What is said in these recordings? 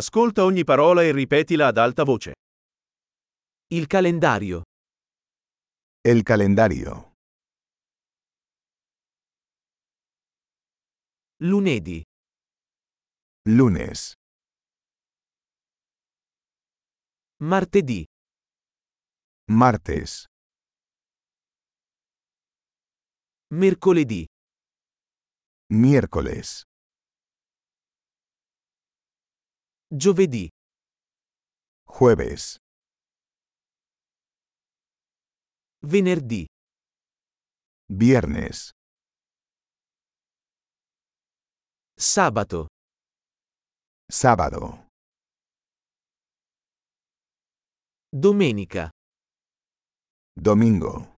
Ascolta ogni parola e ripetila ad alta voce. Il calendario. El calendario. Lunedì. Lunes. Martedì. Martes. Mercoledì. Miércoles. Giovedì. Jueves. Venerdì. Viernes. Sabato. Sábado. Domenica. Domingo.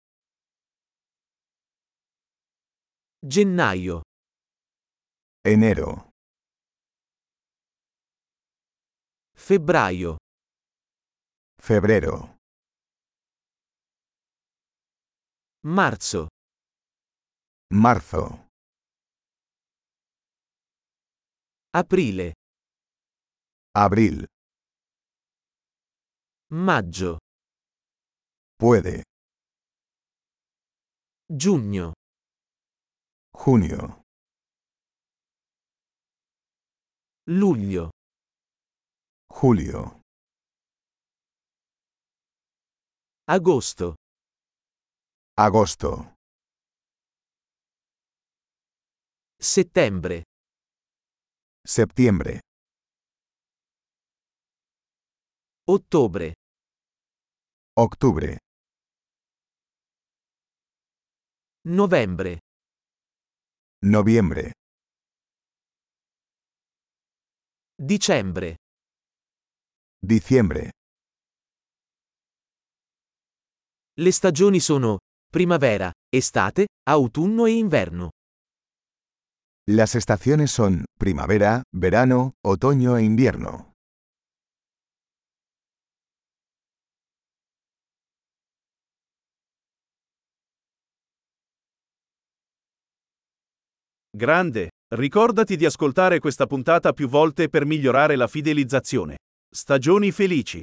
Gennaio. Enero. Febbraio. Febrero. Marzo. Marzo. Aprile. Abril. Maggio. Puede. Giugno. Junio. Luglio. Julio. Agosto. Agosto. Settembre. Septiembre. Ottobre. Octubre. Novembre. Noviembre. Dicembre. Diciembre. Le stagioni sono primavera, estate, autunno e inverno. Las estaciones son primavera, verano, otoño e invierno. Grande, ricordati di ascoltare questa puntata più volte per migliorare la fidelizzazione. Stagioni felici.